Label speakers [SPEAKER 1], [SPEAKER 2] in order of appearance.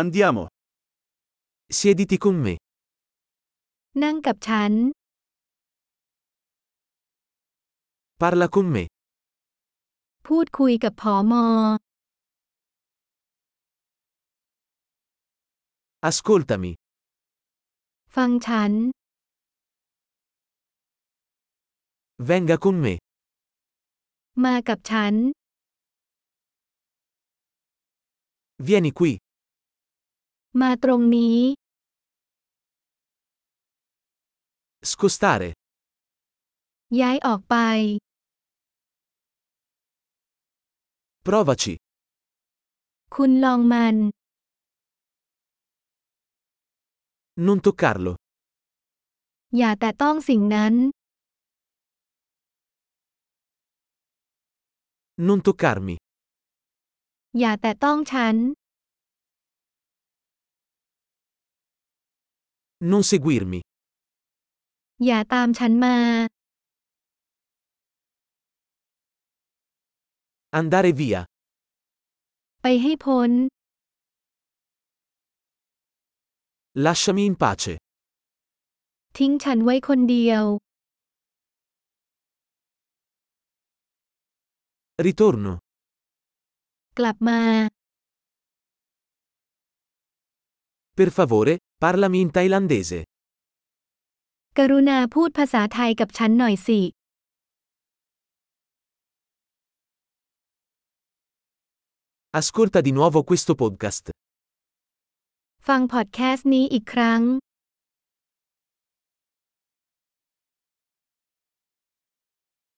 [SPEAKER 1] Andiamo. Siediti con me.
[SPEAKER 2] นั่งกับฉัน
[SPEAKER 1] Parla con me.
[SPEAKER 2] พูดคุยกับผอมอ
[SPEAKER 1] Ascoltami.
[SPEAKER 2] ฟังฉัน
[SPEAKER 1] Venga con me.
[SPEAKER 2] มากับฉัน
[SPEAKER 1] Vieni qui.
[SPEAKER 2] มาตรงนี้
[SPEAKER 1] Scostare.
[SPEAKER 2] ย้ายออกไป
[SPEAKER 1] Provaci.
[SPEAKER 2] คุณลองมัน
[SPEAKER 1] Non toccarlo.
[SPEAKER 2] อย่าแตะต้องสิ่งนั้น
[SPEAKER 1] Non toccarmi.
[SPEAKER 2] อย่าแตะต้องฉัน
[SPEAKER 1] Non seguirmi.
[SPEAKER 2] อย่าตามฉันมา
[SPEAKER 1] Andare via.
[SPEAKER 2] ไปให้พ้น
[SPEAKER 1] Lasciami in pace.
[SPEAKER 2] ทิ้งฉันไว้คนเดียว
[SPEAKER 1] Ritorno.
[SPEAKER 2] กลับมา
[SPEAKER 1] Per favore, parlami in thailandese.
[SPEAKER 2] กรุณาพูดภาษาไทยกับฉันหน่อยสิ
[SPEAKER 1] Ascolta di nuovo questo podcast.
[SPEAKER 2] ฟังพอดแคสต์นี้อีกครั้ง